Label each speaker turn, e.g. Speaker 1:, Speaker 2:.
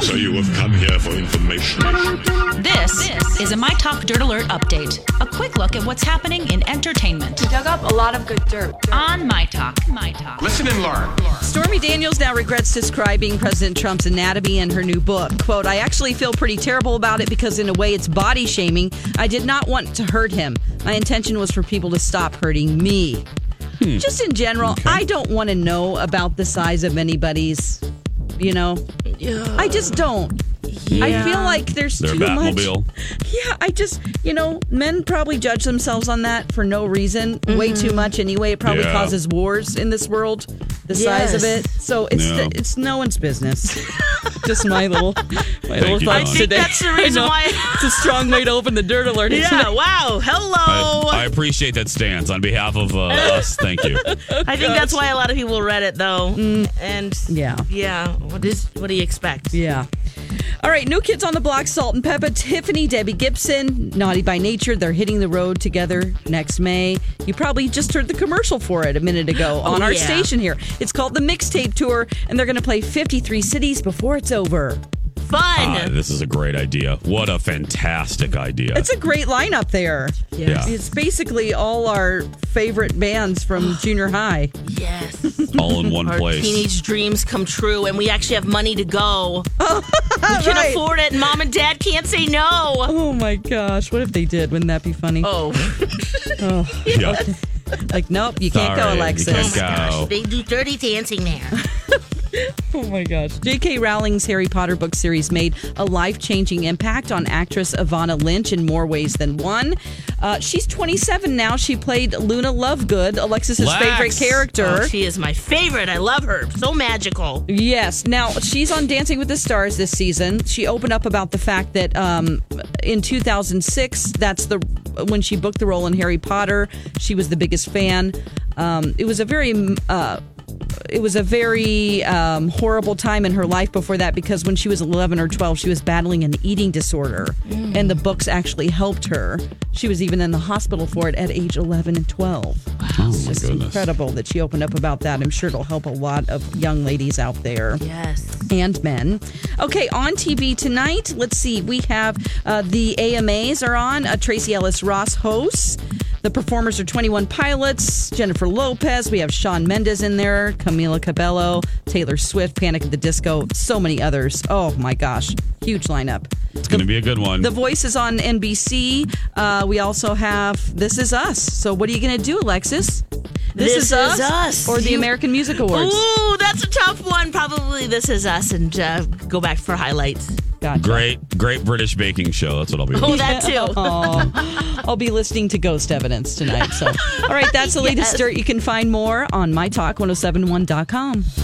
Speaker 1: So you have come here for information.
Speaker 2: This is a My Talk Dirt Alert update. A quick look at what's happening in entertainment
Speaker 3: dug up a lot of good dirt.
Speaker 2: on My Talk. My Talk.
Speaker 4: Listen and learn.
Speaker 5: Stormy Daniels now regrets describing President Trump's anatomy in her new book. Quote, I actually feel pretty terrible about it because, in a way, it's body shaming. I did not want to hurt him. My intention was for people to stop hurting me. Just in general, I don't want to know about the size of anybody's, you know? I just don't. I feel like there's
Speaker 6: Their
Speaker 5: too much.
Speaker 6: Batmobile.
Speaker 5: Yeah, I just, you know, men probably judge themselves on that for no reason, way too much anyway. It probably
Speaker 6: Mm-hmm. Yeah.
Speaker 5: causes wars in this world, the size of
Speaker 3: Yes.
Speaker 5: it. So it's
Speaker 6: Yeah.
Speaker 5: it's no one's business. just my little my little
Speaker 6: you,
Speaker 5: thoughts
Speaker 6: Dawn. I think
Speaker 5: today.
Speaker 7: that's the reason
Speaker 5: know.
Speaker 7: why-
Speaker 5: it's a strong way to open the dirt alert. isn't
Speaker 7: Yeah,
Speaker 5: it?
Speaker 7: wow. Hello.
Speaker 6: I, I
Speaker 7: I,
Speaker 6: appreciate that stance on behalf of uh, us. Thank you.
Speaker 7: think that's why a lot of people read it though. And
Speaker 5: Yeah.
Speaker 7: Mm. yeah, what is what do you expect?
Speaker 5: Yeah. All right, new kids on the block, Salt and Peppa, Tiffany, Debbie Gibson, Naughty by Nature. They're hitting the road together next May. You probably just heard the commercial for it a minute ago on our
Speaker 7: yeah.
Speaker 5: station here. It's called the Mixtape Tour, and they're going to play 53 cities before it's over.
Speaker 6: Ah,
Speaker 7: Fun.
Speaker 6: this is a great idea. What a fantastic idea.
Speaker 5: It's a great lineup there.
Speaker 6: yeah.
Speaker 5: It's basically all our favorite bands from junior high.
Speaker 7: yes.
Speaker 6: all in one
Speaker 7: Our
Speaker 6: place.
Speaker 7: teenage dreams come true and we actually have money to go. we can
Speaker 5: right.
Speaker 7: afford it and mom and dad can't say no.
Speaker 5: Oh my gosh, what if they did? Wouldn't that be funny?
Speaker 7: Oh.
Speaker 6: yeah.
Speaker 5: Like, nope, you can't
Speaker 6: Sorry,
Speaker 5: go,
Speaker 6: you
Speaker 5: Alexis.
Speaker 6: can't go.
Speaker 7: They do dirty dancing there.
Speaker 5: Oh my gosh. J.K. Rowling's Harry Potter book series made a life changing impact on actress Ivana Lynch in more ways than one. Uh, she's 27 now. She played Luna Lovegood, Alexis's
Speaker 6: Lex.
Speaker 5: favorite character.
Speaker 7: Oh, she is my favorite. I love her. So magical.
Speaker 5: Yes. Now she's on Dancing with the Stars this season. She opened up about the fact that um, in 2006, that's the when she booked the role in Harry Potter. She was the biggest fan. Um, it was a very uh, it was a very um, horrible time in her life before that because when she was 11 or 12, she was battling an eating disorder,
Speaker 6: Mm.
Speaker 5: and the books actually helped her. She was even in the hospital for it at age 11 and 12
Speaker 6: Oh my
Speaker 5: just
Speaker 6: goodness.
Speaker 5: incredible that she opened up about that. I'm sure it'll help a lot of young ladies out there
Speaker 7: Yes.
Speaker 5: and men. Okay, on TV tonight, let's see, we have uh, the AMAs are on. Uh, Tracy Ellis Ross hosts. The performers are 21 Pilots, Jennifer Lopez. We have Sean Mendes in there, Camila Cabello, Taylor Swift, Panic at the Disco, so many others. Oh my gosh, huge lineup.
Speaker 6: It's going to be a good one.
Speaker 5: The Voice is on NBC. Uh, we also have This Is Us. So, what are you going to do, Alexis?
Speaker 7: This Is Us.
Speaker 5: or the
Speaker 7: You-
Speaker 5: American Music Awards?
Speaker 7: Ooh, that's a tough one. Probably this is us and uh, go back for highlights.
Speaker 5: Gotcha.
Speaker 6: great, great British baking show. That's what I'll be.
Speaker 7: Oh,
Speaker 6: watching.
Speaker 7: that too.
Speaker 5: Aw. I'll be listening to Ghost Evidence oh tonight. So, all right, that's the latest dirt. You can find more on mytalk1071.com.